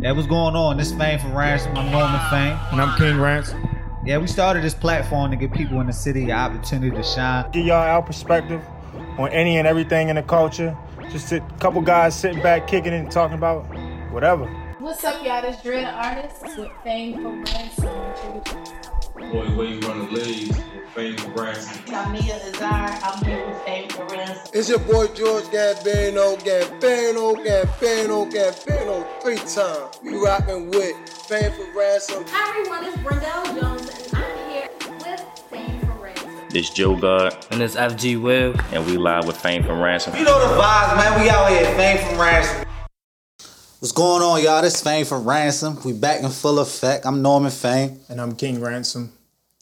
That was going on. This fame for Rance, my moment fame. And I'm King Rance. Yeah, we started this platform to give people in the city the opportunity to shine. Give y'all our perspective on any and everything in the culture. Just a couple guys sitting back, kicking it, and talking about whatever. What's up, y'all? This Dread Artist with Fame for Ransom. Boy, where you run the leagues, favorite brands. Tamia Azar. I'm here with Faith Lorenz. It's your boy George Gambino, Gambino, Gambino, Gambino, three times. You rockin' with Fame for Ransom. Hi everyone, it's Brendel Jones and I'm here with Fame for Ransom. It's Joe God, And it's FG Will. and we live with Fame from Ransom. You know the vibes, man. We out here, fame from ransom. What's going on, y'all? This fame from ransom. We back in full effect. I'm Norman Fame. And I'm King Ransom.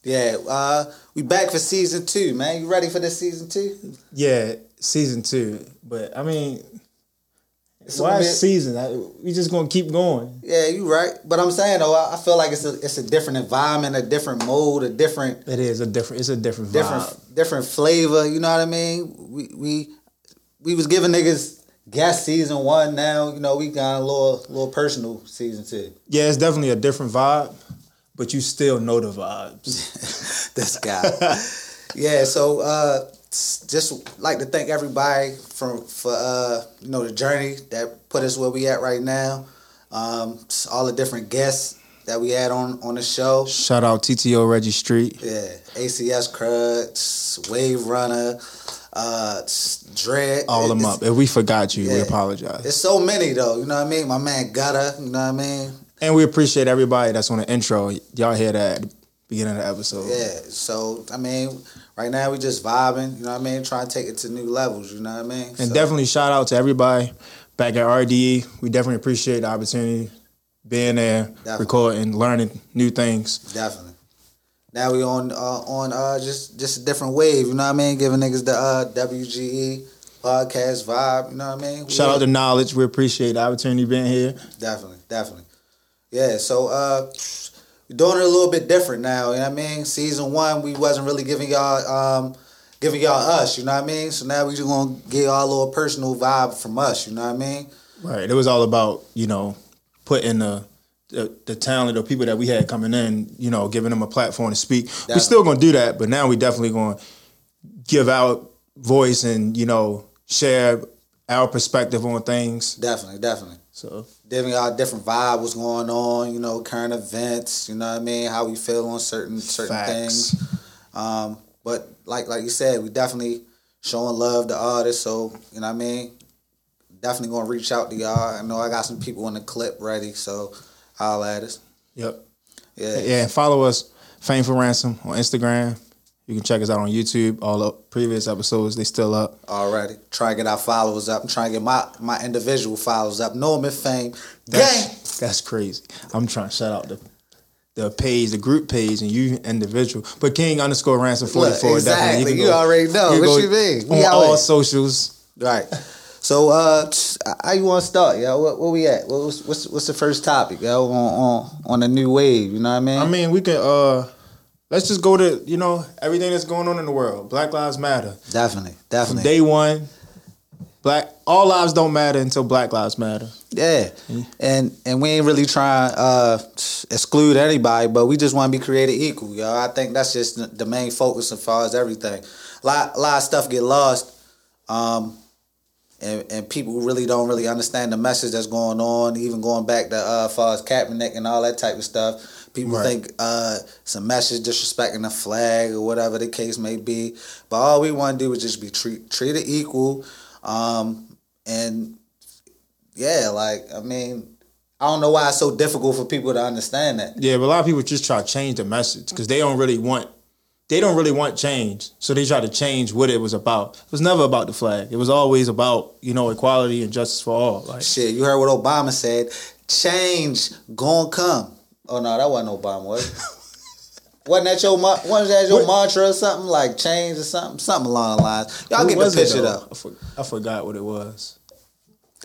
Yeah, uh, we back for season two, man. You ready for this season two? Yeah, season two. But I mean, It's why gonna be- season? I, we just gonna keep going. Yeah, you right. But I'm saying though, I, I feel like it's a it's a different environment, a different mode, a different It is a different. It's a different vibe. different different flavor. You know what I mean? We we we was giving niggas guest season one. Now you know we got a little little personal season two. Yeah, it's definitely a different vibe, but you still know the vibes. this guy. yeah, so uh s- just like to thank everybody from for uh you know the journey that put us where we at right now. Um s- all the different guests that we had on on the show. Shout out TTO Reggie Street. Yeah, ACS Crud, Wave Runner, uh s- Dread. All them It's- up. If we forgot you, we Yeah. apologize. It's so many though, you know what I mean? My man Gutter, you know what I mean? And we appreciate everybody that's on the intro. Y'all hear that at the beginning of the episode. Yeah. So I mean, right now we just vibing, you know what I mean? Trying to take it to new levels, you know what I mean? And So- definitely shout out to everybody back at RDE. We definitely appreciate the opportunity being there, recording, learning new things. Definitely. Now we on uh, on uh, just just a different wave. You know what I mean? Giving niggas the uh, WGE podcast vibe. You know what I mean? We Shout out on- to Knowledge. We appreciate the opportunity being here. definitely, definitely. Yeah. So uh, we're doing it a little bit different now. You know what I mean? Season one, we wasn't really giving y'all um giving y'all us. You know what I mean? So now we just gonna get y'all a little personal vibe from us. You know what I mean? Right. It was all about, you know, putting the the, the talent or people that we had coming in, you know, giving them a platform to speak. We're Definitely. still gonna do that, but now we definitely gonna give out voice and, you know, share our perspective on things. Definitely, definitely. So giving y'all a different vibe, what's going on, you know, current events, you know what I mean, how we feel on certain certain Facts. things. Um, but like like you said, we definitely showing love to artists, so you know what I mean. Definitely gonna reach out to y'all. I know I got some people in the clip ready, so holla at us. Yep. Yeah. Yeah, and follow us, Fame for Ransom, on Instagram. You can check us out on YouTube. All the previous episodes, they still up. Already. Try to get our followers up. I'm trying to get my, my individual followers up. Norman Fame. Gang. That's, that's crazy. I'm trying to shout out the the page, the group page, and you individual. But King underscore Ransom 44. Look, exactly. definitely. can You already know. can What go you mean? We On out all here. socials. Right. So, uh, t- how you want to start, yo? What, where we at? What's, what's what's the first topic, yo? On on on the new wave, you know what I mean? I mean, we can, uh, let's just go to, you know, everything that's going on in the world. Black Lives Matter. definitely, From definitely. day one, black all lives don't matter until Black Lives Matter. yeah. And and we ain't really trying uh t- exclude anybody, but we just want to be created equal, yo. I think that's just the- the main focus as far as everything. A lot, a lot of stuff get lost. Um. And, and people really don't really understand the message that's going on, even going back to uh, far as Kaepernick and all that type of stuff. People Right. think uh, it's a message disrespecting the flag or whatever the case may be. But all we want to do is just be treat, treated equal. Um, and yeah, like, I mean, I don't know why it's so difficult for people to understand that. Yeah, but a lot of people just try to change the message because they don't really want they don't really want change. So they try to change what it was about. It was never about the flag. It was always about, you know, equality and justice for all. Like Shit, you heard what Obama said. Change gon' come. Oh no, that wasn't Obama. Was it? wasn't that your ma- wasn't that your mantra or something like change or something something along the lines? Y'all what get the was it, picture though? though. I, for- I forgot what it was.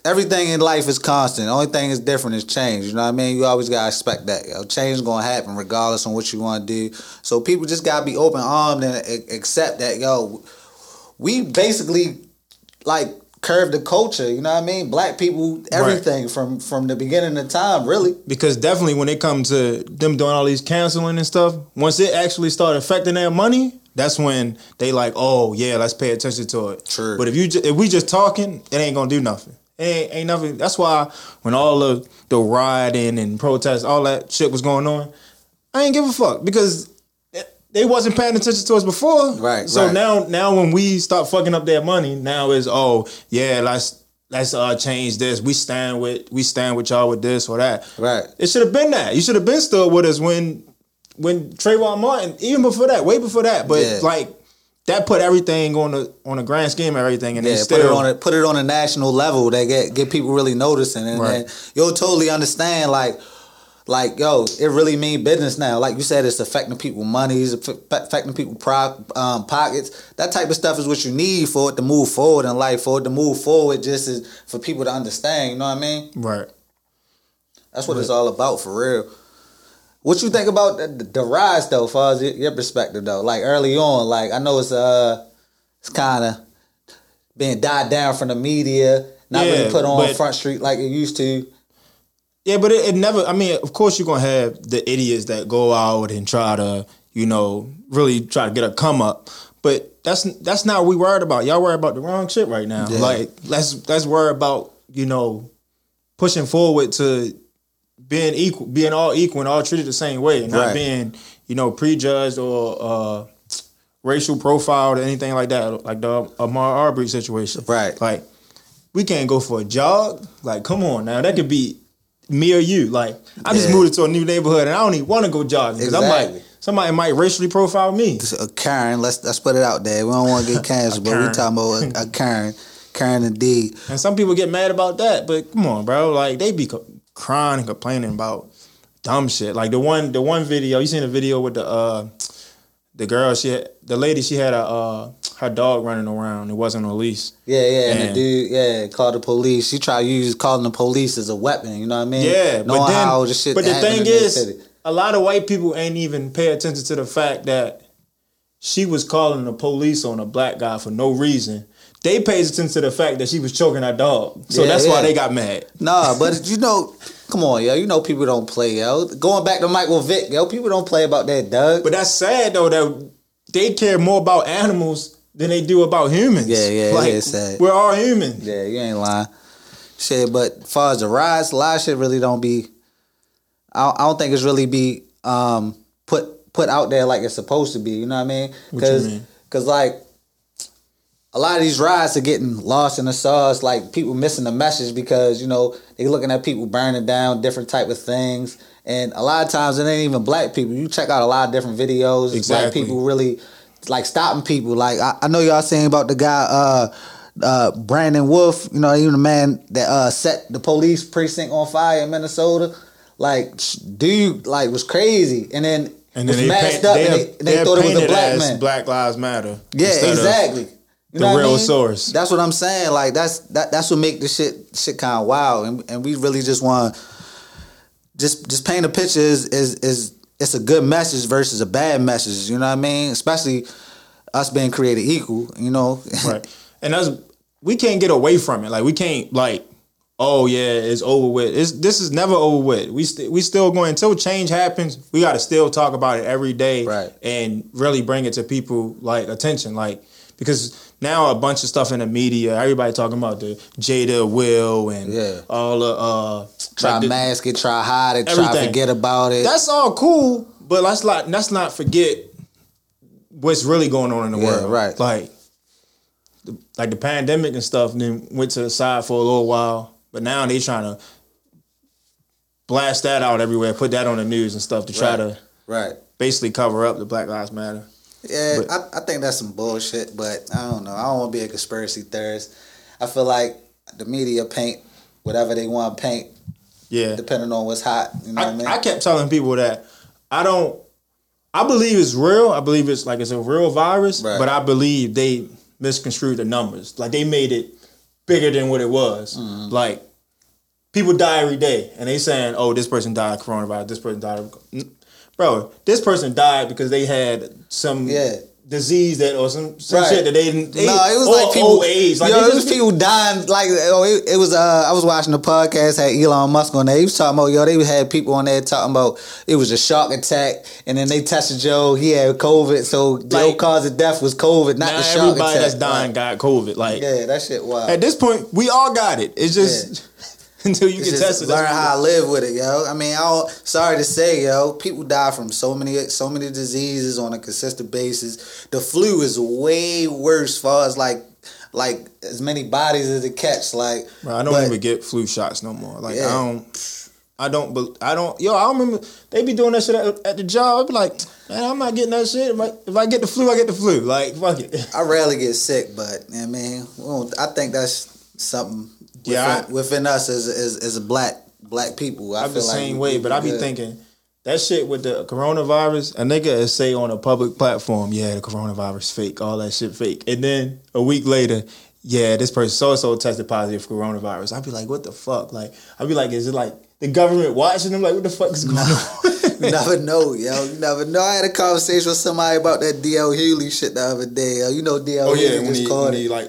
Everything in life is constant. The only thing that's different is change. You know what I mean? You always gotta expect that. Yo. Change gonna happen regardless on what you want to do. So people just gotta be open armed and a- accept that. Yo, we basically like curved the culture. You know what I mean? Black people, everything from from the beginning of time, really. Because definitely when it comes to them doing all these canceling and stuff, once it actually started affecting their money, that's when they like, oh yeah, let's pay attention to it. True. But if you ju- if we just talking, it ain't gonna do nothing. It ain't, ain't nothing. That's why when all the the rioting and protests, all that shit was going on, I ain't give a fuck because they- they wasn't paying attention to us before. Right, So right. now now when we start fucking up their money, now is oh yeah, let's let's uh change this. We stand with we stand with y'all with this or that. Right. It should have been that. You should have been stood with us when when Trayvon Martin, even before that, way before that. But Yeah. like that put everything on the on the grand scheme of everything and Yeah, they put still it on a, put it on a national level that get get people really noticing, and Right. then you'll totally understand like. Like yo, it really mean business now. Like you said, it's affecting people' money, it's aff- affecting people' pro- um, pockets. That type of stuff is what you need for it to move forward in life. For it to move forward, just is for people to understand. You know what I mean? Right. That's what it's all about for real. What you think about the, the rise though, far as your, your perspective though? Like early on, like I know it's uh it's kind of being died down from the media, not Yeah, really put on but- front street like it used to. Yeah, but it, it never. I mean, of course, you're gonna have the idiots that go out and try to, you know, really try to get a come up. But that's that's not what we worried about. Y'all worry about the wrong shit right now. Yeah. Like let's let's worry about you know pushing forward to being equal, being all equal and all treated the same way, and not Right. being you know prejudged or uh, racial profiled or anything like that, like the Amar Arbery situation. Right. Like we can't go for a jog. Like come on now, that could be me or you. Like I just Yeah. moved into a new neighborhood and I don't even want to go jogging because I'm Exactly. like somebody might racially profile me. A Karen, let's let's put it out there. We don't want to get canceled, but we Karen. talking about a, a Karen, Karen indeed. And some people get mad about that, but come on, bro. Like they be co- crying and complaining about dumb shit. Like the one, the one video you seen the video with the uh the girl. She had, the lady. She had a uh her dog running around. It wasn't a leash. Yeah, yeah, and Man. the dude, yeah, called the police. She tried to use calling the police as a weapon. You know what I mean? Yeah, knowing but then, how the shit. but the happened thing in their is, city. a lot of white people ain't even pay attention to the fact that she was calling the police on a black guy for no reason. They paid attention to the fact that she was choking her dog, so Yeah, that's why yeah. they got mad. Nah, but you know, come on, yo. You know people don't play, yo. Going back to Michael Vick, yo, people don't play about that Doug. But that's sad though that they care more about animals than they do about humans. Yeah, yeah, it is sad. We're all humans. yeah, you ain't lying. Shit, but far as the rise, a lot of shit really don't be. I, I don't think it's really be um put put out there like it's supposed to be. You know what I mean? you Because mean? because like a lot of these rides are getting lost in the sauce. Like people missing the message because you know they looking at people burning down different type of things, and a lot of times it ain't even black people. You check out a lot of different videos. It's Black Exactly. people really like stopping people. Like I, I know y'all saying about the guy. uh uh, Brandon Wolf, you know, even the man that uh, set the police precinct on fire in Minnesota, like sh- dude, like was crazy, and then And was then they, masked paint, up, they, and have, they, and they thought it was a black man. Black Lives Matter. instead Yeah, of- exactly. You the what real source. That's what I'm saying. Like that's that that's what make this shit shit kind of wild, and and we really just want just just paint a picture is is is it's a good message versus a bad message. You know what I mean? Especially us being created equal. You know, right. And that's we can't get away from it. Like we can't like, oh yeah, it's over with. It's, this is never over with. We st- we still going until change happens. We got to still talk about it every day, Right. And really bring it to people like attention, like because now a bunch of stuff in the media, everybody talking about the Jada Will and Yeah. all the uh, try like the- mask it, try hide it, try Everything. forget about it. that's all cool, but let's not let's not forget what's really going on in the Yeah, world. right. Like the- like the pandemic and stuff then went to the side for a little while, but now they trying to blast that out everywhere, put that on the news and stuff to try Right. to right. basically cover up the Black Lives Matter. Yeah, But- I, I think that's some bullshit, but I don't know. I don't want to be a conspiracy theorist. I feel like the media paint whatever they want to paint, Yeah. depending on what's hot. You know what I mean? I, I kept telling people that I don't. I believe it's real. I believe it's like it's a real virus, Right. but I believe they misconstrued the numbers. Like they made it bigger than what it was. Mm-hmm. Like people die every day, and they saying, "Oh, this person died of coronavirus. This person died." Of... N- Bro, this person died because they had some Yeah. disease that or some, some Right. shit that they didn't. no, it was or like people. old age. Like yo, they it was just be- people dying. Like oh, it, it was. Uh, I was watching the podcast had Elon Musk on there. He was talking about yo. They had people on there talking about it was a shark attack, and then they tested Joe. He had COVID, so the Like- old cause of death was COVID, not Now the shark everybody attack. that's dying got COVID. Like Yeah, that shit wild. at this point, we all got it. It's just until you It's get just tested. that's learn what- how I live with it, yo. I mean, I don't- sorry to say, yo, people die from so many so many diseases on a consistent basis. The flu is way worse, far as like like as many bodies as it catch. Like Bro, I don't but- even get flu shots no more. Like Yeah. I don't, I don't, bel- I don't. Yo, I remember they be doing that shit at, at the job. I'd be like, man, I'm not getting that shit. If I, if I get the flu, I get the flu. Like fuck it. I rarely get sick, but I mean, we don't- I think that's something within, Yeah, I- within us as, as as a black black people. I I'm the feel like same we- way, but I be good. thinking that shit with the coronavirus. A nigga is say on a public platform, yeah, the coronavirus fake, all that shit fake, and then a week later. Yeah, this person so and so tested positive for coronavirus. I'd be like, what the fuck? Like, I'd be like, is it like the government watching them? Like, what the fuck is going on? You never know, yo. You never know. I had a conversation with somebody about that DL Hewley shit the other day. Yo. You know DL Oh yeah, Hewley when just he, called when it. he like,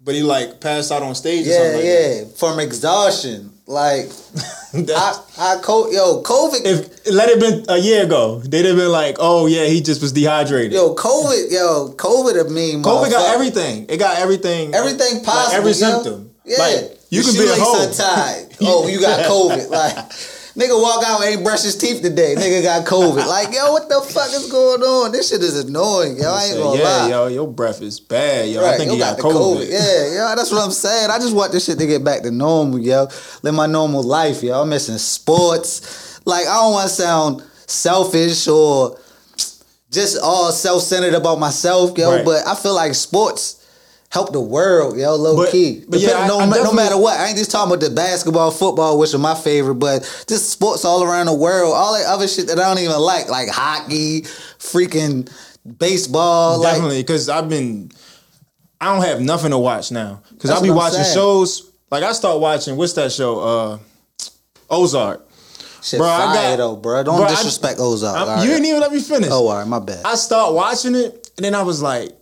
but he like passed out on stage. or Yeah, something yeah. From exhaustion. Like Like that. I, That's- I co- yo, COVID if let it been a year ago, they'd have been like, oh yeah, he just was dehydrated. yo, COVID, yo, COVID a mean COVID got motherfucker. everything. It got everything. everything like, possible. every yo. symptom. Yeah. Like, you Your can be at shoelace home. untied. Oh, you got COVID. Like nigga walk out ain't brush his teeth today. Nigga got COVID. Like, yo, what the fuck is going on? This shit is annoying, yo. I ain't gonna yeah, lie. yo, your breath is bad, yo. I think you he got, the COVID. Yeah, yo, that's what I'm saying. I just want this shit to get back to normal, yo. Live my normal life, yo. I'm missing sports. Like I don't want to sound selfish or just all self-centered about myself, yo. Right. But I feel like sports help the world, yo, low But- key. but yeah, Depend- I- no, I no definitely- matter what, I ain't just talking about the basketball, football, which are my favorite, but just sports all around the world, all that other shit that I don't even like, like hockey, freaking baseball, like Definitely, because I've been, I don't have nothing to watch now. Because That's I be what I'm watching saying. shows. Like I start watching what's that show? Uh, Ozark. Shit, Bro, I fire got- though, bro. Don't Bro, I- disrespect Ozark. I'm- all right. You didn't even let me finish. Oh, all right, my bad. I start watching it, and then I was like,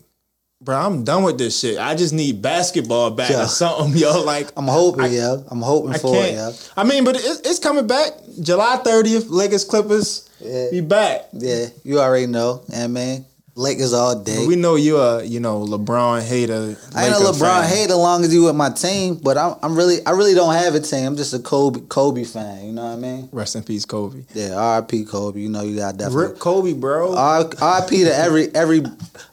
bro, I'm done with this shit. I just need basketball back Yeah. or something, yo. Like, I'm hoping, yo. I'm hoping I for it, yo. can't. I mean, but it, it's coming back. July 30th, Lakers Clippers. Yeah. Be back. Yeah, you already know, and man, Lakers all day. We know you are, you know, LeBron hater. I ain't a Laker LeBron fan. hater long as you with my team, but I'm, I'm really, I really don't have a team. I'm just a Kobe, Kobe fan. You know what I mean? Rest in peace, Kobe. Yeah, R.I.P. Kobe. You know you got Rip definitely. Kobe, bro. R- R.I.P. to every every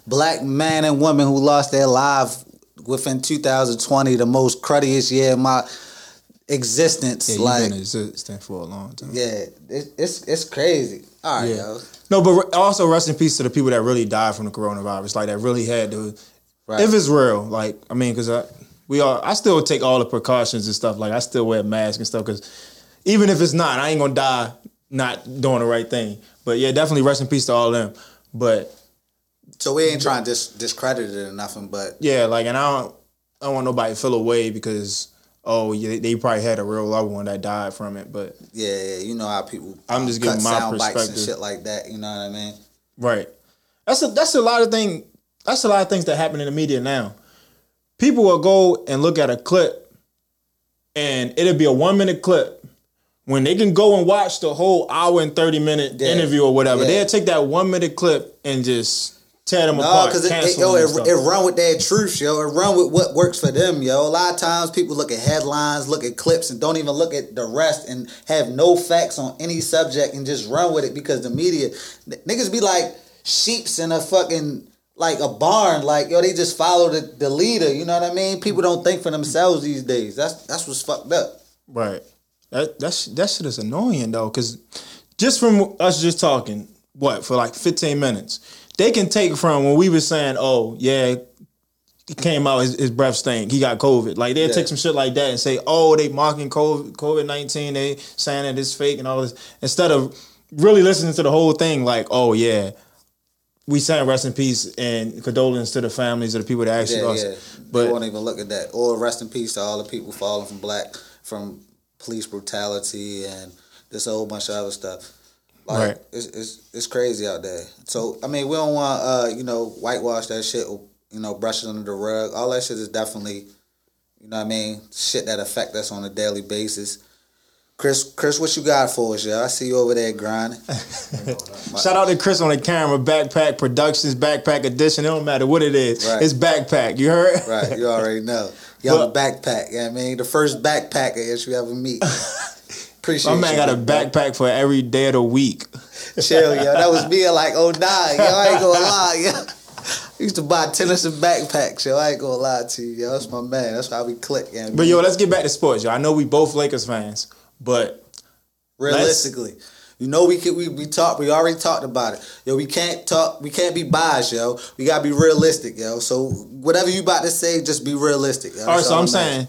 black man and woman who lost their life within 2020, the most cruddiest year of my existence. yeah, you like, been existing for a long time. Yeah, it, it's it's crazy. All right, Yeah. yo. No, but re- also rest in peace to the people that really died from the coronavirus. Like that really had to. Right. If it's real, like I mean, because I we all I still take all the precautions and stuff. Like I still wear masks and stuff. Because even if it's not, I ain't gonna die not doing the right thing. But yeah, definitely rest in peace to all of them. But So we ain't trying to dis- discredit it or nothing, but yeah, like and I don't I don't want nobody to feel away because oh yeah, they probably had a real loved one that died from it. But yeah, yeah, you know how people. I'm just cut giving my sound bites and perspective. shit like that. You know what I mean? Right. That's a that's a lot of thing. That's a lot of things that happen in the media now. People will go and look at a clip, and it'll be a one minute clip. When they can go and watch the whole hour and thirty minute Yeah. interview or whatever, Yeah. they'll take that one minute clip and just tear them No, apart. because it, it, cancel yo, them it, and it stuff. run with their truth, yo. It run with what works for them, yo. A lot of times people look at headlines, look at clips, and don't even look at the rest and have no facts on any subject and just run with it because the media n- niggas be like sheeps in a fucking like a barn, like yo, they just follow the, the leader. You know what I mean? People don't think for themselves these days. That's that's what's fucked up. Right. That that sh- that shit is annoying though, because just from us just talking, what for like fifteen minutes, they can take from when we were saying, oh yeah, he came out his, his breath stank, he got COVID. Like they'll Yeah. take some shit like that and say, oh they mocking COVID COVID nineteen, they saying that it's fake and all this instead of really listening to the whole thing. Like oh yeah. We saying rest in peace and condolence to the families of the people that actually Yeah, lost. yeah. it. they But won't even look at that. Or rest in peace to all the people falling from black from police brutality and this whole bunch of other stuff. Like Right. it's, it's it's crazy out there. So I mean, we don't want uh you know whitewash that shit. You know, brush it under the rug. All that shit is definitely, you know, what I mean, shit that affect us on a daily basis. Chris, Chris, what you got for us, yeah? I see you over there grinding. Shout out to Chris on the camera, Backpack Productions, Backpack Edition. It don't matter what it is, Right. it's Backpack. You heard? Right, you already know. Young backpack. You know what I mean, the first backpacker that you ever meet. Appreciate My man you, got a bro. backpack for every day of the week. Chill, yo. That was me at like 09. Yo, I ain't gonna lie, yo. I used to buy tennis and backpacks, yo. I ain't gonna lie to you, yo. That's my man. That's how we click, yo. But yo, let's get back to sports, yo. I know we both Lakers fans, but realistically. You know we could we, we talked we already talked about it. Yo, we can't talk we can't be biased, yo. We gotta be realistic, yo. So whatever you about to say, just be realistic, yo. all right, That's so all I'm that saying,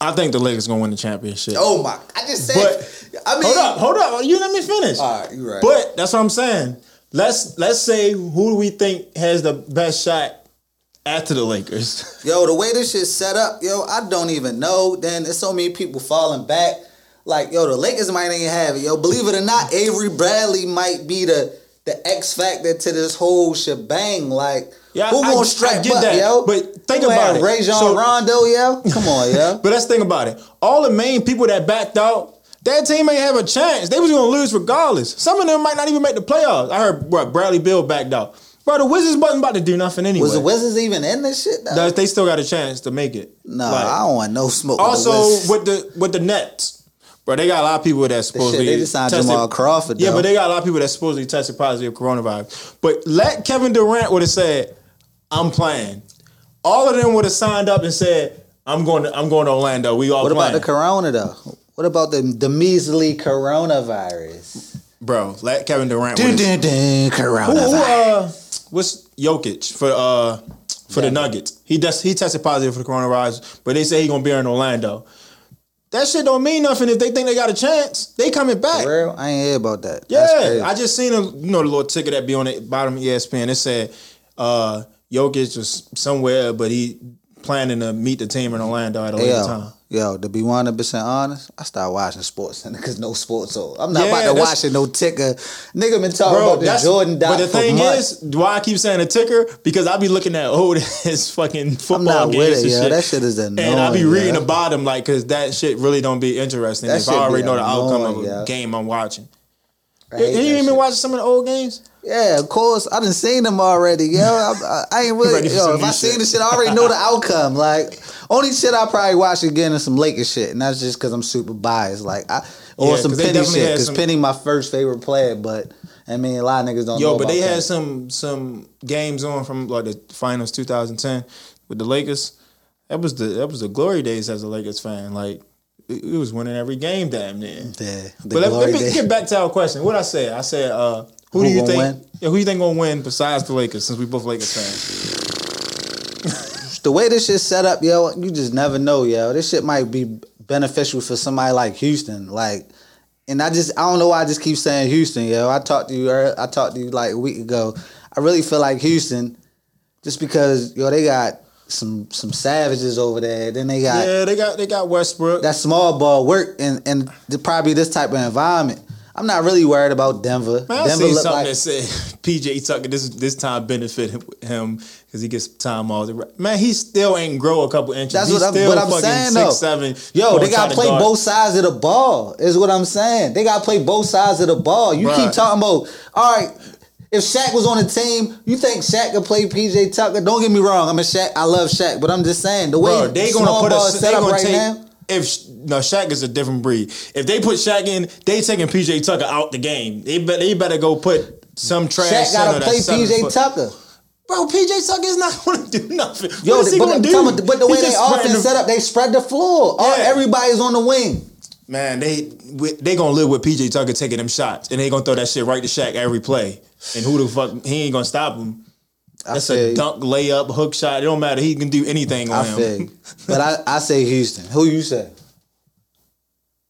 I think the Lakers gonna win the championship. matters. Oh my I just said But- I mean hold up, hold up. You let me finish. All right, you right. But that's what I'm saying. Let's let's say who do we think has the best shot after the Lakers? Yo, the way this shit's set up, yo, I don't even know. Then there's so many people falling back. Like, yo, the Lakers might even have it. Yo, believe it or not, Avery Bradley might be the the X factor to this whole shebang. Like, Yeah, who I- gonna I strap get up, that, yo? but think Who had about it. Rajon So- Rondo, yo. Come on, yo. But let's think about it. All the main people that backed out, that team ain't have a chance. They was gonna lose regardless. Some of them might not even make the playoffs. I heard what Bradley Bill backed out. Bro, the Wizards wasn't about to do nothing anyway. Was the Wizards even in this shit? Though? They- they still got a chance to make it. no, Like, I don't want no smoke. with the Wizards. Also with the with the Nets, bro, they got a lot of people that supposedly they just signed tested- Jamal Crawford, Yeah, though. but they got a lot of people that supposedly tested positive coronavirus. But let Kevin Durant would have said, "I'm playing." All of them would have signed up and said, "I'm going. To, I'm going to Orlando. We all what about playing." the Corona though? What about the the measly coronavirus? bro? Let Kevin Durant. Dun, would've- dun, dun, Who, who, coronavirus. uh, what's Jokic for? Uh, for the Nuggets, he does. He tested positive for the coronavirus, but they say he gonna be in Orlando. That shit don't mean nothing if they think they got a chance. They coming back. For real? I ain't hear about that. That's Yeah, crazy. I just seen a you know the little ticket that be on the bottom of E ESPN. It said uh Jokic was somewhere, but he planning to meet the team in Orlando at a later Yo, time. yo, to be one hundred percent honest, I started watching sports because no sports on. I'm not Yeah, about to that's- watch it. No ticker, nigga. Been talking about the that's- Jordan doc but the for thing months. is, why I keep saying a ticker? Because I be looking at old ass fucking football not with games it, and yo. shit. That shit is And I be annoying, reading yo. the bottom, like, cause that shit really don't be interesting. That if shit I be already know the outcome of annoying, a yo. game I'm watching, I you hate that ain't even shit. watching some of the old games. Yeah, of course. I done seen them already, yo. I, I, I ain't really. Ready for yo, some if I new seen shit. the shit, I already know the outcome. Like, only shit I probably watch again is some Lakers shit, and that's just because I'm super biased. Like, I or Yeah, some 'cause they Penny definitely shit had because some- Penny my first favorite player, but I mean a lot of niggas don't. know Yo, but about they had Penny. some some games on from like the finals 2010 with the Lakers. That was the that was the glory days as a Lakers fan. Like it, it was winning every game damn near. Yeah, the but let, let glory me days. get back to our question. What I said? I said uh, who, Who do you gonna think? win? Yeah, who you think gonna win besides the Lakers? Since we both Lakers fans. the way this shit's set up, yo, you just never know, yo. This shit might be beneficial for somebody like Houston, like. And I just I don't know why I just keep saying Houston, yo. I talked to you, ear- I talked to you like a week ago. I really feel like Houston, just because yo they got some some savages over there. Then they got Yeah, they got they got Westbrook. that small ball work and and the, probably this type of environment. I'm not really worried about Denver. Man, I Denver seen look something like that said PJ Tucker this this time benefit him because he gets time off. the Man, he still ain't grow a couple inches. That's He's what I'm, still what I'm fucking saying six, though. seven. Yo, gonna they gotta try to play guard- both sides of the ball. Is what I'm saying. They gotta play both sides of the ball. You keep Right. talking about all right. If Shaq was on the team, you think Shaq could play PJ Tucker? Don't get me wrong. I'm a Shaq. I love Shaq, but I'm just saying the way Bro, they gonna small put ball us. is They set up gonna right take now. if Sh- no Shaq is a different breed. If they put Shaq in, they taking PJ Tucker out the game. They bet they better go put some trash. Shaq center gotta play that's seven PJ foot- Tucker. Bro, PJ Tucker is not gonna do nothing. Yo, what is he but, gonna I'm do? talking about- but the He way they just spreading offense the- set up, they spread the floor. All, Yeah. everybody's on the wing. Man, they we- they gonna live with PJ Tucker taking them shots, and they gonna throw that shit right to Shaq every play. And who the fuck he ain't gonna stop him? That's feel a you. dunk, layup, hook shot. It don't matter. He can do anything I on him. feel, you. but I, I say Houston. Who you say?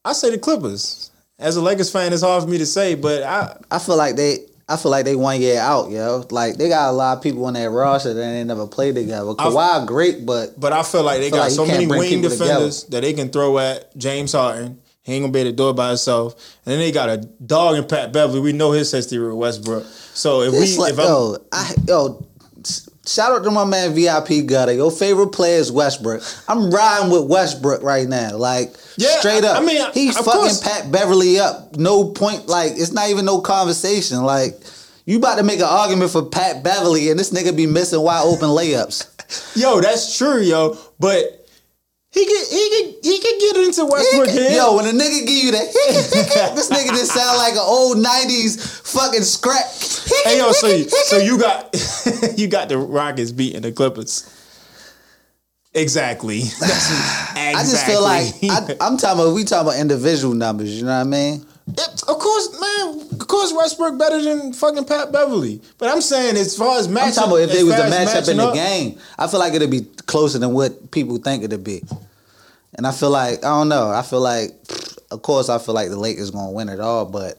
I say the Clippers. As a Lakers fan, it's hard for me to say, but I I feel like they. I feel like they one year out, yo. Like they got a lot of people on that roster that ain't never played together. Kawhi great, but but I feel like they Feel got like he so can't many bring wing people defenders that they can throw at James Harden. He ain't gonna be able to do it by himself. And then they got a dog in Pat Beverly. We know his history with Westbrook. So if It's we, like, if I'm, yo, I, yo, s- shout out to my man VIP Gutter. Your favorite player is Westbrook. I'm riding with Westbrook right now. Like, Yeah, straight I- up. I mean, he of fucking course. Pat Beverly up. No point. Like, it's not even no conversation. Like, you about to make an argument for Pat Beverly, and this nigga be missing wide open layups. yo, that's true, yo. But he could, he could, he could get into Westbrook here. Yo, when a nigga give you that, this nigga just sound like an old '90s fucking scrap. Hey yo, so you, so you got you got the Rockets beating the Clippers. Exactly. That's exactly. I just feel like I, I'm talking about we talking about individual numbers. You know what I mean? It- of course, man. Of course, Westbrook better than fucking Pat Beverly. But I'm saying as far as matchup, I'm talking about if they was a as far as matchup in matching the up, game. I feel like it'd be closer than what people think it'd be. And I feel like I don't know. I feel like, of course, I feel like the Lakers gonna win it all, but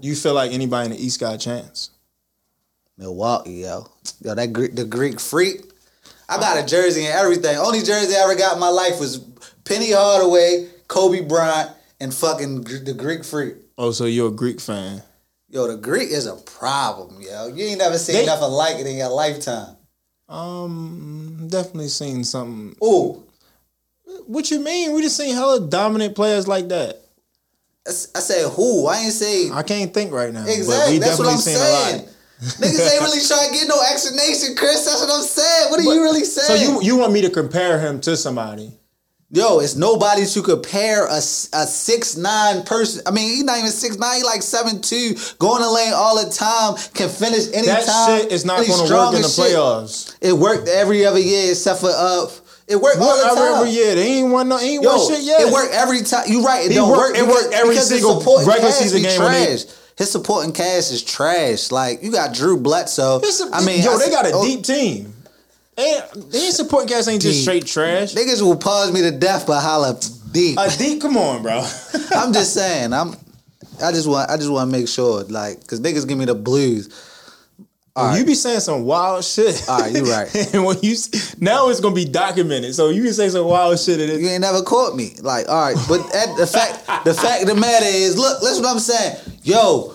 You feel like anybody in the East got a chance? Milwaukee, yo, yo, that Greek, the Greek freak. I got a jersey and everything. Only jersey I ever got in my life was Penny Hardaway, Kobe Bryant, and fucking Gr- the Greek freak. Oh, so you're a Greek fan? Yo, the Greek is a problem, yo. You ain't never seen They- nothing like it in your lifetime. Um, definitely seen something. Ooh, What you mean? We just seen hella dominant players like that. I s- I said who? I ain't say I can't think right now. But Exactly. we That's what definitely I'm seen a saying. lot. Niggas ain't really trying to get no explanation, Chris. That's what I'm saying. What are you really So saying? you you want me to compare him to somebody? yo, it's nobody to compare a, six nine person. I mean, he's not even six nine. He like seven two, going the lane all the time, can finish anytime. That shit is not and he's going to strong work in the as shit. playoffs. It worked every other year except for uh, it worked all the Every, time. every year, they ain't won no, ain't Yo, won shit yet. It worked every time. You right. It He don't work. worked- it because- worked every because his single supporting regular cast season be game when he- Trash. His supporting cast is trash. Like you got Drew Bledsoe. It's a- I mean, yo, I- they got a oh, deep team. And their supporting cast ain't just Deep. straight trash. Niggas will pause me to death, but holla deep. A deep, come on, bro. I'm just saying. I'm. I just want. I just want to make sure, like, cause niggas give me the blues. You be saying some wild shit. All right, you right. and when you s- now it's gonna be documented, so you can say some wild shit. And You it, ain't never caught me. Like, all right, but at the fact, the fact of the matter is, look, that's what I'm saying. Yo,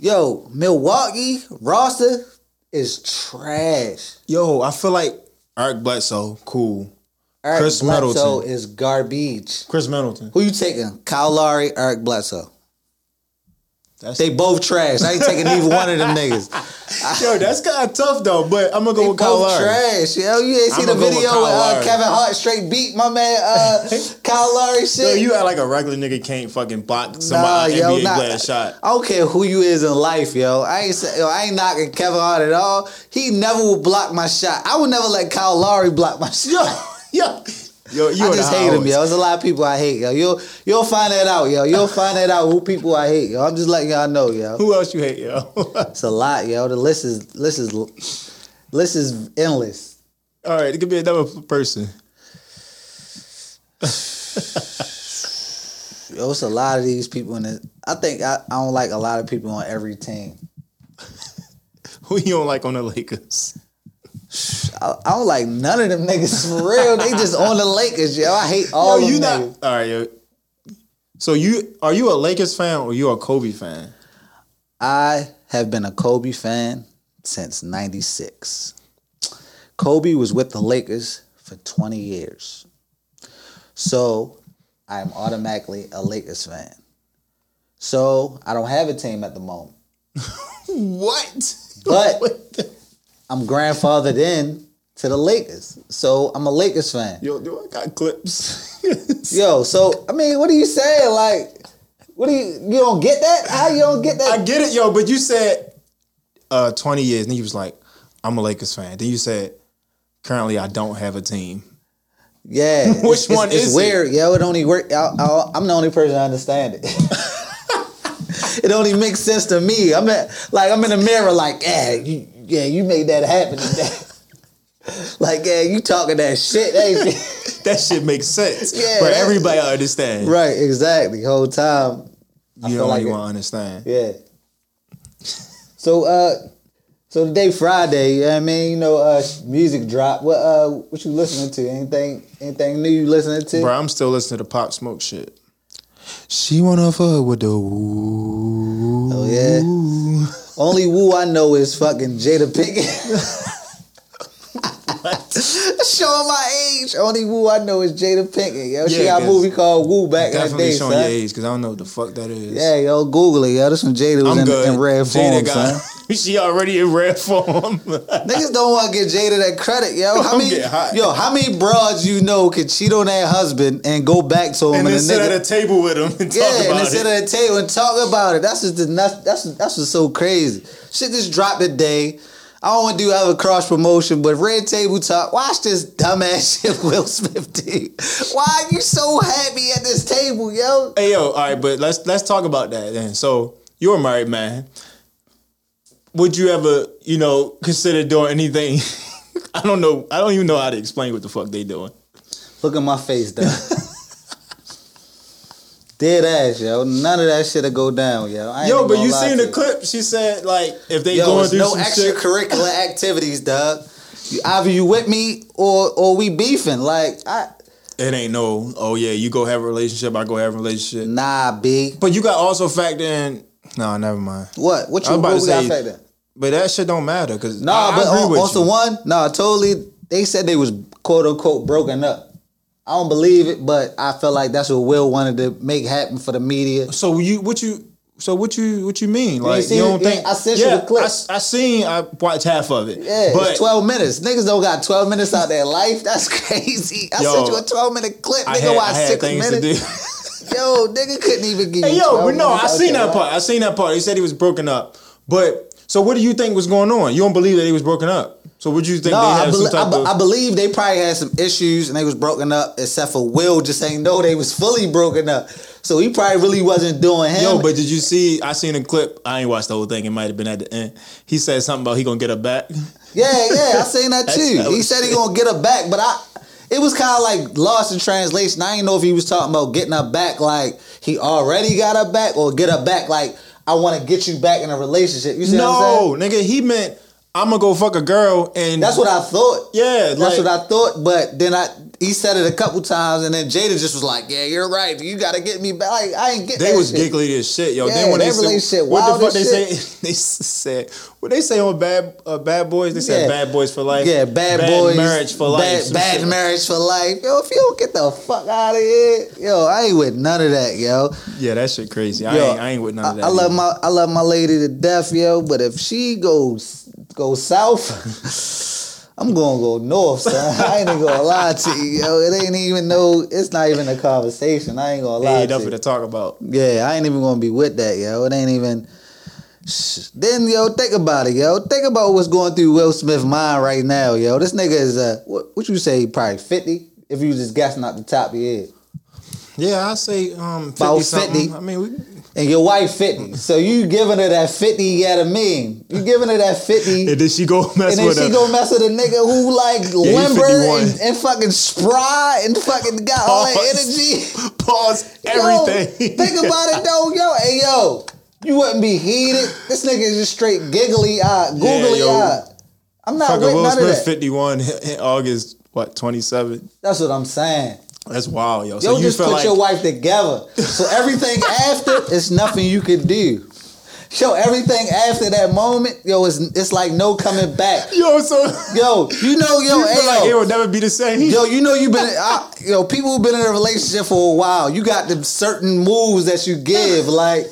yo, Milwaukee roster is trash. yo, I feel like Eric Bledsoe, cool. Eric Chris Bledsoe Middleton. is garbage. Chris Middleton. Who you taking? Kyle Lowry, Eric Bledsoe. That's, They both trash. I ain't taking either one of them niggas. yo, that's kind of tough though. But I'm gonna go They with Kyle both Lowry. trash. Yo, you ain't see I'ma the go with video with Kyle uh, Lowry. Kevin Hart straight beat my man uh, Kyle Lowry shit. Yo, you act like a regular nigga can't fucking block somebody Nah, NBA nah. glass shot. I don't care who you is in life, yo. I ain't say, yo, I ain't knocking Kevin Hart at all. He never will block my shot. I will never let Kyle Lowry block my shot. Yo, yo, yo, you I are just the hate him, hours. yo. There's a lot of people I hate, yo. You'll you'll find that out, yo. You'll find that out who people I hate, yo. I'm just letting y'all know, yo. Who else you hate, yo? All It's a lot, yo. The list is list is list is endless. right, it could be another person. Yo, it's a lot of these people in this. I think I, I don't like a lot of people on every team. Who you don't like on the Lakers? I, I don't like none of them niggas for real. They just on the Lakers, yo. I hate all yo, of you them. not. niggas. All right, yo. So you are you a Lakers fan or you a Kobe fan? I have been a Kobe fan since '96. Kobe was with the Lakers for 20 years. So I'm automatically a Lakers fan. So I don't have a team at the moment. What? But I'm grandfathered in to the Lakers. So I'm a Lakers fan. Yo, do I got clips? Yo, so I mean, what are you saying? Like, what do you you don't get that? How you don't get I that? get it, yo, but you said uh, 20 years, and then you was like, I'm a Lakers fan. Then you said, currently I don't have a team. Yeah. Which it's, one it's, is it's it? weird, yo. It only work I, I, I'm the only person I understand it. it only makes sense to me. I'm at, like I'm in the mirror like, yeah, you, yeah, you made that happen today. like, yeah, you talking that shit. That ain't- That shit makes sense. Yeah, but that- everybody understand. Right. right, exactly. Whole time You feel don't like even it. understand. Yeah. So uh so today Friday, you know what I mean, you know, uh music drop. What uh what you listening to? Anything anything new you listening to? Bro, I'm still listening to Pop Smoke shit. She wanna fuck with the woo. Oh, yeah. Only woo I know is fucking Jada Pinkett. Showing my age. Only woo I know is Jada Pinkett. Yo, she Yeah, got a cause- movie called Woo back in the Definitely day, showing son. your age because I don't know what the fuck that is. Yeah, yo, Google it, yo. This one Jada was I'm in, good. in red Jada form, got- son. she already in red form. Niggas don't want to give Jada that credit, yo. How I'm many, getting hot. yo, how many broads you know could cheat on that husband and go back to him and, and then the sit nigga, at a table with him and talk yeah, and about then sit it. at a table and talk about it. That's just the that's that's, that's what's so crazy. Shit just dropped today. I don't want to do other cross promotion, but Red Table Talk. Watch this dumbass shit Will Smith did. Why are you so happy at this table, yo? Hey yo, all right, but let's let's talk about that then. So you're a married man. Would you ever, you know, consider doing anything? I don't know. I don't even know how to explain what the fuck they doing. Look at my face, dog. Dead ass, yo. None of that shit'll go down, yo. I ain't Yo, even but gonna you lie seen to the you. clip? She said like if they Yo, going it's through no some shit. extracurricular activities, dog. You- Either you with me or or we beefing. Like, I It ain't no. Oh yeah, you go have a relationship. I go have a relationship. nah, B. But you got also factor in. No, never mind. What? What I you? was about What to we got say- factor? But that shit don't matter because Nah, I, but I agree on, with on you. some one, nah, totally. They said they was quote unquote broken up. I don't believe it, but I felt like that's what Will wanted to make happen for the media. So you what you so what you what you mean? Like you, seen don't it? think I sent you the clip. I, s- I seen I watched half of it. Yeah, but it's twelve minutes. Niggas don't got twelve minutes out their life. That's crazy. I Yo, sent you a twelve minute clip. I Nigga had, I watched had six things to do. minutes. Yo, nigga couldn't even give. hey you yo, 12 but no, minutes I out their seen that life. part. I seen that part. He said he was broken up. But so what do you think was going on? You don't believe that he was broken up. So would you think No, they I, had some bel I, type be- of I believe they probably had some issues and they was broken up, except for Will just saying no, they was fully broken up. So he probably really wasn't doing him. Yo, but did you see? I seen a clip. I ain't watched the whole thing. It might have been at the end. He said something about he gonna get her back. yeah, yeah, I seen that too. hella He said he shit. gonna get her back, but I it was kind of like lost in translation. I didn't know if he was talking about getting her back like he already got her back or get her back like I want to get you back in a relationship. You see what I'm saying? No, nigga, he meant I'm gonna go fuck a girl and That's what I thought. Yeah, That's like- what I thought, but then I he said it a couple times, and then Jada just was like, "Yeah, you're right. You gotta get me back. Like, I ain't get." They that was shit. giggly as shit, yo. Yeah, then when that they said, relationship what wild the fuck they as shit. say? They s- said what they say on bad uh, bad boys. They said Yeah. bad boys for life. Yeah, bad, boys, marriage for life. Bad, some bad shit. marriage for life. Yo, if you don't get the fuck out of here, yo, I ain't with none of that, yo. Yeah, that shit crazy. I, Yo, ain't, I ain't with none I, of that. I love either. my I love my lady to death, yo. But if she goes goes south, I'm gonna go north, son. I ain't even gonna lie to you, yo. It ain't even no. It's not even a conversation. I ain't gonna They lie ain't to nothing you. to talk about. Yeah, I ain't even gonna be with that, yo. It ain't even. Shh. Then yo, think about it, yo. Think about what's going through Will Smith's mind right now, yo. This nigga is uh, what, what you say? Probably fifty. If you just guessing out the top of your head, Yeah, I say um 50 About something. 50. I mean, we, and your wife fifty, so you giving her that fifty at a mean. You giving her that fifty, and and then she go mess then with she her. go mess with a nigga who like he limber 51. and, and fucking spry and fucking got all that Pause. energy. pause Yo, everything. think about it though, yo. Hey, yo, you wouldn't be heated. This nigga is just straight giggly eyed, googly yo. eyed. I'm not Fucking with Will none of that. Smith, fifty one in August. What twenty seven? That's what I'm saying. That's wild, yo. Yo, So you just feel put like your wife together. So everything after is nothing you can do. Yo, everything after that moment, yo, it's it's like no coming back. yo, so Yo, you know, yo, you feel hey, like yo. it will never be the same. Yo, you know you've been I, yo people who've been in a relationship for a while. You got the certain moves that you give, like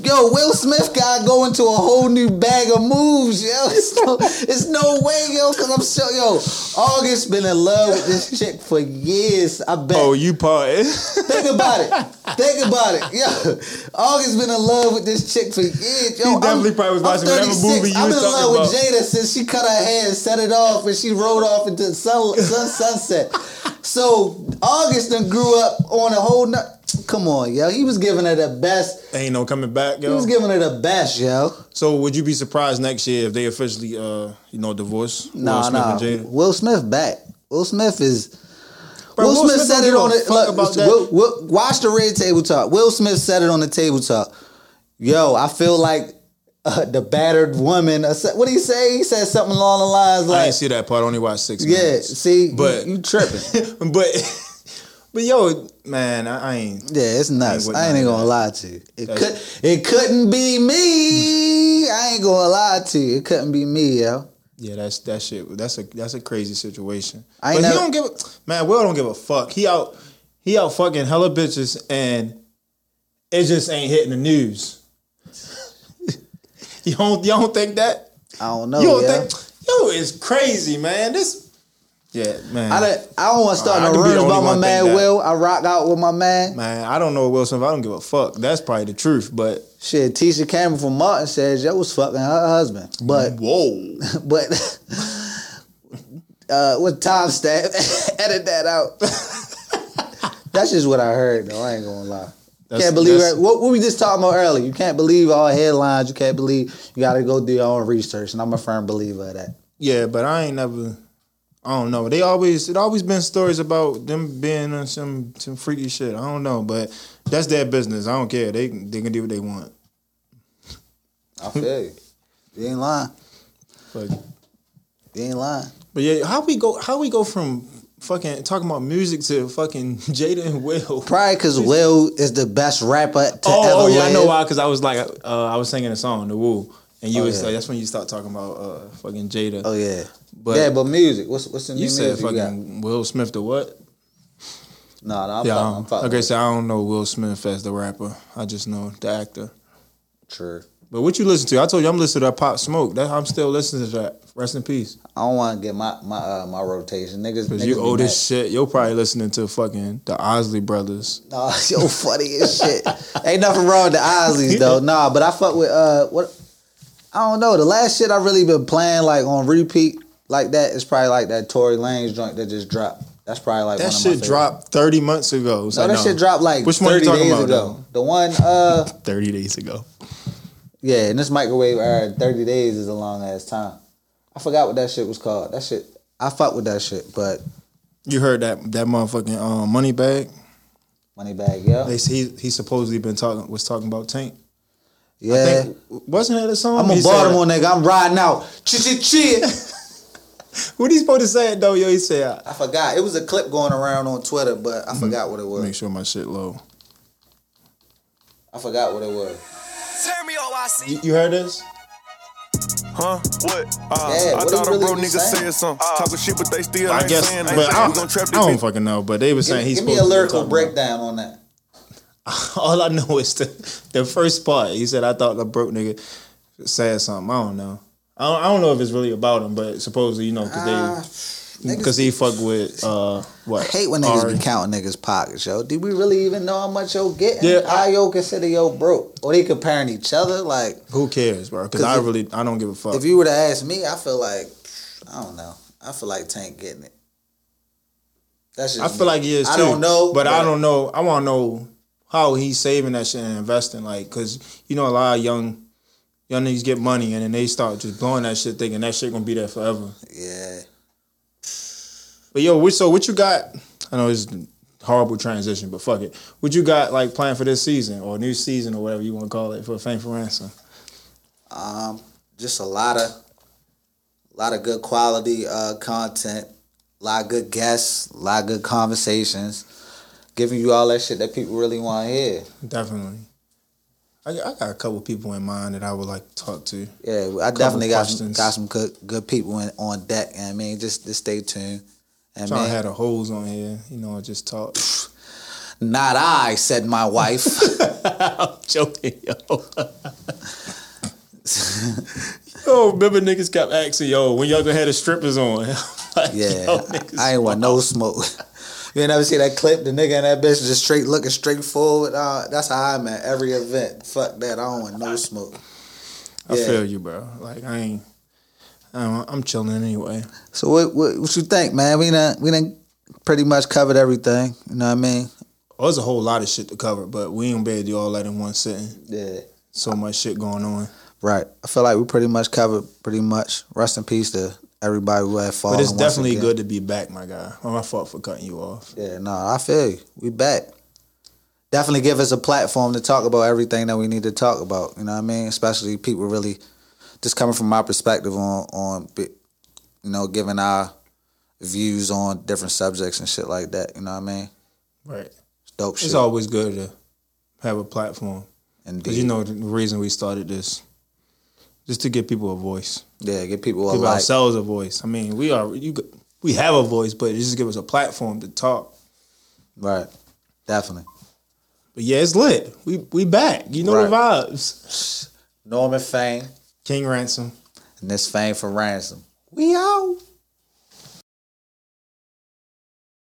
yo Will Smith got to go into a whole new bag of moves, yo. It's no, it's no way, yo, because I'm sure, yo August been in love with this chick for years. I bet. Oh, you part. Think about it. Think about it. Yo, August been in love with this chick for years. Yo, He definitely probably was watching whatever 36. movie you I've was been in talking love with about. Jada since she cut her hair and set it off and she rode off into the sun, sun sunset. So August done grew up on a whole nut. Come on, yo. He was giving her the best. Ain't no coming back, He yo. was giving her the best, yo. so would you be surprised next year if they officially, uh, you know, divorce? Will No, Smith no. and Jada? Will Smith back. Will Smith is. Bro, Will, Smith, don't said it give a on it. fuck Look, about that. Will, Will, watch the red table talk. Will Smith said it on the table talk. Yo, I feel like uh, the battered woman. or so- What did he say? He said something along the lines I like, ain't see that part. I only watched six. "Yeah, minutes. see, But- you, you tripping." but but yo, man, I, I ain't. Yeah, it's nuts. with I ain't none even of gonna lie to you. It That's- could it couldn't be me. I ain't gonna lie to you. It couldn't be me, yo. Yeah, that's that shit. That's a that's a crazy situation. I ain't but he never- don't give a man. Will don't give a fuck. He out he out fucking hella bitches, and it just ain't hitting the news. you don't you don't think that? I don't know. you don't yo. think? Yo, it's crazy, man. This. Yeah, man. I don't, I don't want to start no I could be the rumors only about my one man think that. Will. I rock out with my man. man, I don't know Wilson. I don't give a fuck. That's probably the truth. But Shit, Tisha Cameron from Martin says yo was fucking her husband, but whoa, but uh, with time stamp, edit that out. that's just what I heard though. I ain't gonna lie. That's- can't believe that's- it. What, what we just talking about earlier. You can't believe all headlines. You can't believe you got to go do your own research. And I'm a firm believer of that. Yeah, but I ain't never. I don't know. They always it always been stories about them being on some some freaky shit. I don't know, but that's their business. I don't care. They they can do what they want. I feel you. You ain't lying. But You ain't lying. but yeah, how we go how we go from fucking talking about music to fucking Jada and Will. Probably because Will is the best rapper to ever Oh, oh yeah, I live. know why. Because I was like, uh, I was singing a song, The Woo, and you Oh, was yeah. like, that's when you start talking about uh, fucking Jada. Oh yeah. But- yeah, but music. What's what's the new You said music you got? fucking Will Smith the what? No, no, I'm fucking. yeah, I I'm don't- fucking. like I said, I don't know Will Smith as the rapper. I just know the actor. True. But what you listen to? I told you I'm listening to that Pop Smoke. That I'm still listening to that. Rest in peace. I don't want to get my my uh, my rotation, niggas. Cause niggas you be old mad. as shit. You're probably listening to fucking the Osley Brothers. Nah, yo, funny as shit. Ain't nothing wrong with the Ozzy's though. Nah, but I fuck with uh what I don't know. The last shit I really been playing like on repeat like that is probably like that Tory Lanez joint that just dropped. That's probably like one That of my shit favorite- dropped 30 months ago. It's No, like, that shit dropped like Which one you thirty talking days about, ago. The one uh 30 days ago. yeah, in this microwave era, thirty days is a long ass time. I forgot what that shit was called. That shit I fuck with that shit, but You heard that that motherfucking um, money bag? money bag, yeah. They say he he supposedly been talking was talking about Tank. yeah. Tank wasn't that a song? I'm a He said- uh, Baltimore nigga. I'm riding out. Chit chit chit. What he supposed to say though? Yo, he said. I forgot. It was a clip going around on Twitter, but I forgot what it Make was. sure my shit low. I forgot what it was. You, you heard this? Huh? What? Uh, Yeah, I what thought he a really bro was nigga saying? said something. Talking shit, but they still I ain't guess, saying but nothing. I, We gonna trap I this don't bitch. fucking know. But they were Give, saying he's give me a supposed to be lyrical talking about- breakdown on that. All I know is the the first part. He said, "I thought the broke nigga said something." I don't know. I don't, I don't know if it's really about him, but supposedly you know because they because he fuck with uh what? Ah, I hate when niggas Ari. be counting niggas' pockets, yo. Do we really even know how much yo getting? Yeah, how I- yo consider yo broke? Or they comparing each other? Like, Who cares, bro? Because 'Cause I if- really I don't give a fuck. if you were to ask me, I feel like I don't know. I feel like Tank getting it. That's just I me. feel like he is. I too, don't know, but, I but- don't know. I want to know how he's saving that shit and investing, like, cause you know a lot of young young niggas get money and then they start just blowing that shit, thinking that shit gonna be there forever. Yeah. But yo, what, so what you got? I know it's a horrible transition, but fuck it. What you got like planned for this season or new season or whatever you want to call it for Fame for Ransom? Um, just a lot of, lot of good quality uh, content, a lot of good guests, a lot of good conversations, giving you all that shit that people really want to hear. Definitely. I, I got a couple people in mind that I would like to talk to. Yeah, I definitely got some, questions. got some good good people in, on deck. And I mean, just just stay tuned. And Trying to man, have the hoes on here, you know, just talk. not I said my wife. Joking, yo. yo, remember niggas kept asking, yo, when y'all gonna have the strippers on? Like, yeah, yo, I- niggas- I ain't want no smoke. You ain't never see that clip, the nigga and that bitch just straight looking straight forward. Uh, that's how I'm at every event. Fuck that, I don't want no smoke. I yeah. feel you, bro. Like, I ain't, I don't, I'm chilling anyway. So what, what what you think, man? We done we done pretty much covered everything. You know what I mean? Oh, there's a whole lot of shit to cover, but we ain't bad to do all that in one sitting. Yeah. So much shit going on. Right. I feel like we pretty much covered pretty much. Rest in peace to everybody who had fallen. But it's once definitely again. good to be back, my guy. Oh, my fault for cutting you off. Yeah, no, I feel you. We back. Definitely give us a platform to talk about everything that we need to talk about. You know what I mean? Especially people really just coming from my perspective on on bi- you know giving our views on different subjects and shit like that. You know what I mean? Right. Dope shit. It's always good to have a platform Indeed. because you know the reason we started this, just to give people a voice, yeah, give people a give like. ourselves a voice. I mean, we are you g- we have a voice, but it just give us a platform to talk. Right. Definitely. But yeah, it's lit. We we back. You know the vibes. Norman Fame King Ransom. and this Fame for Ransom. We out.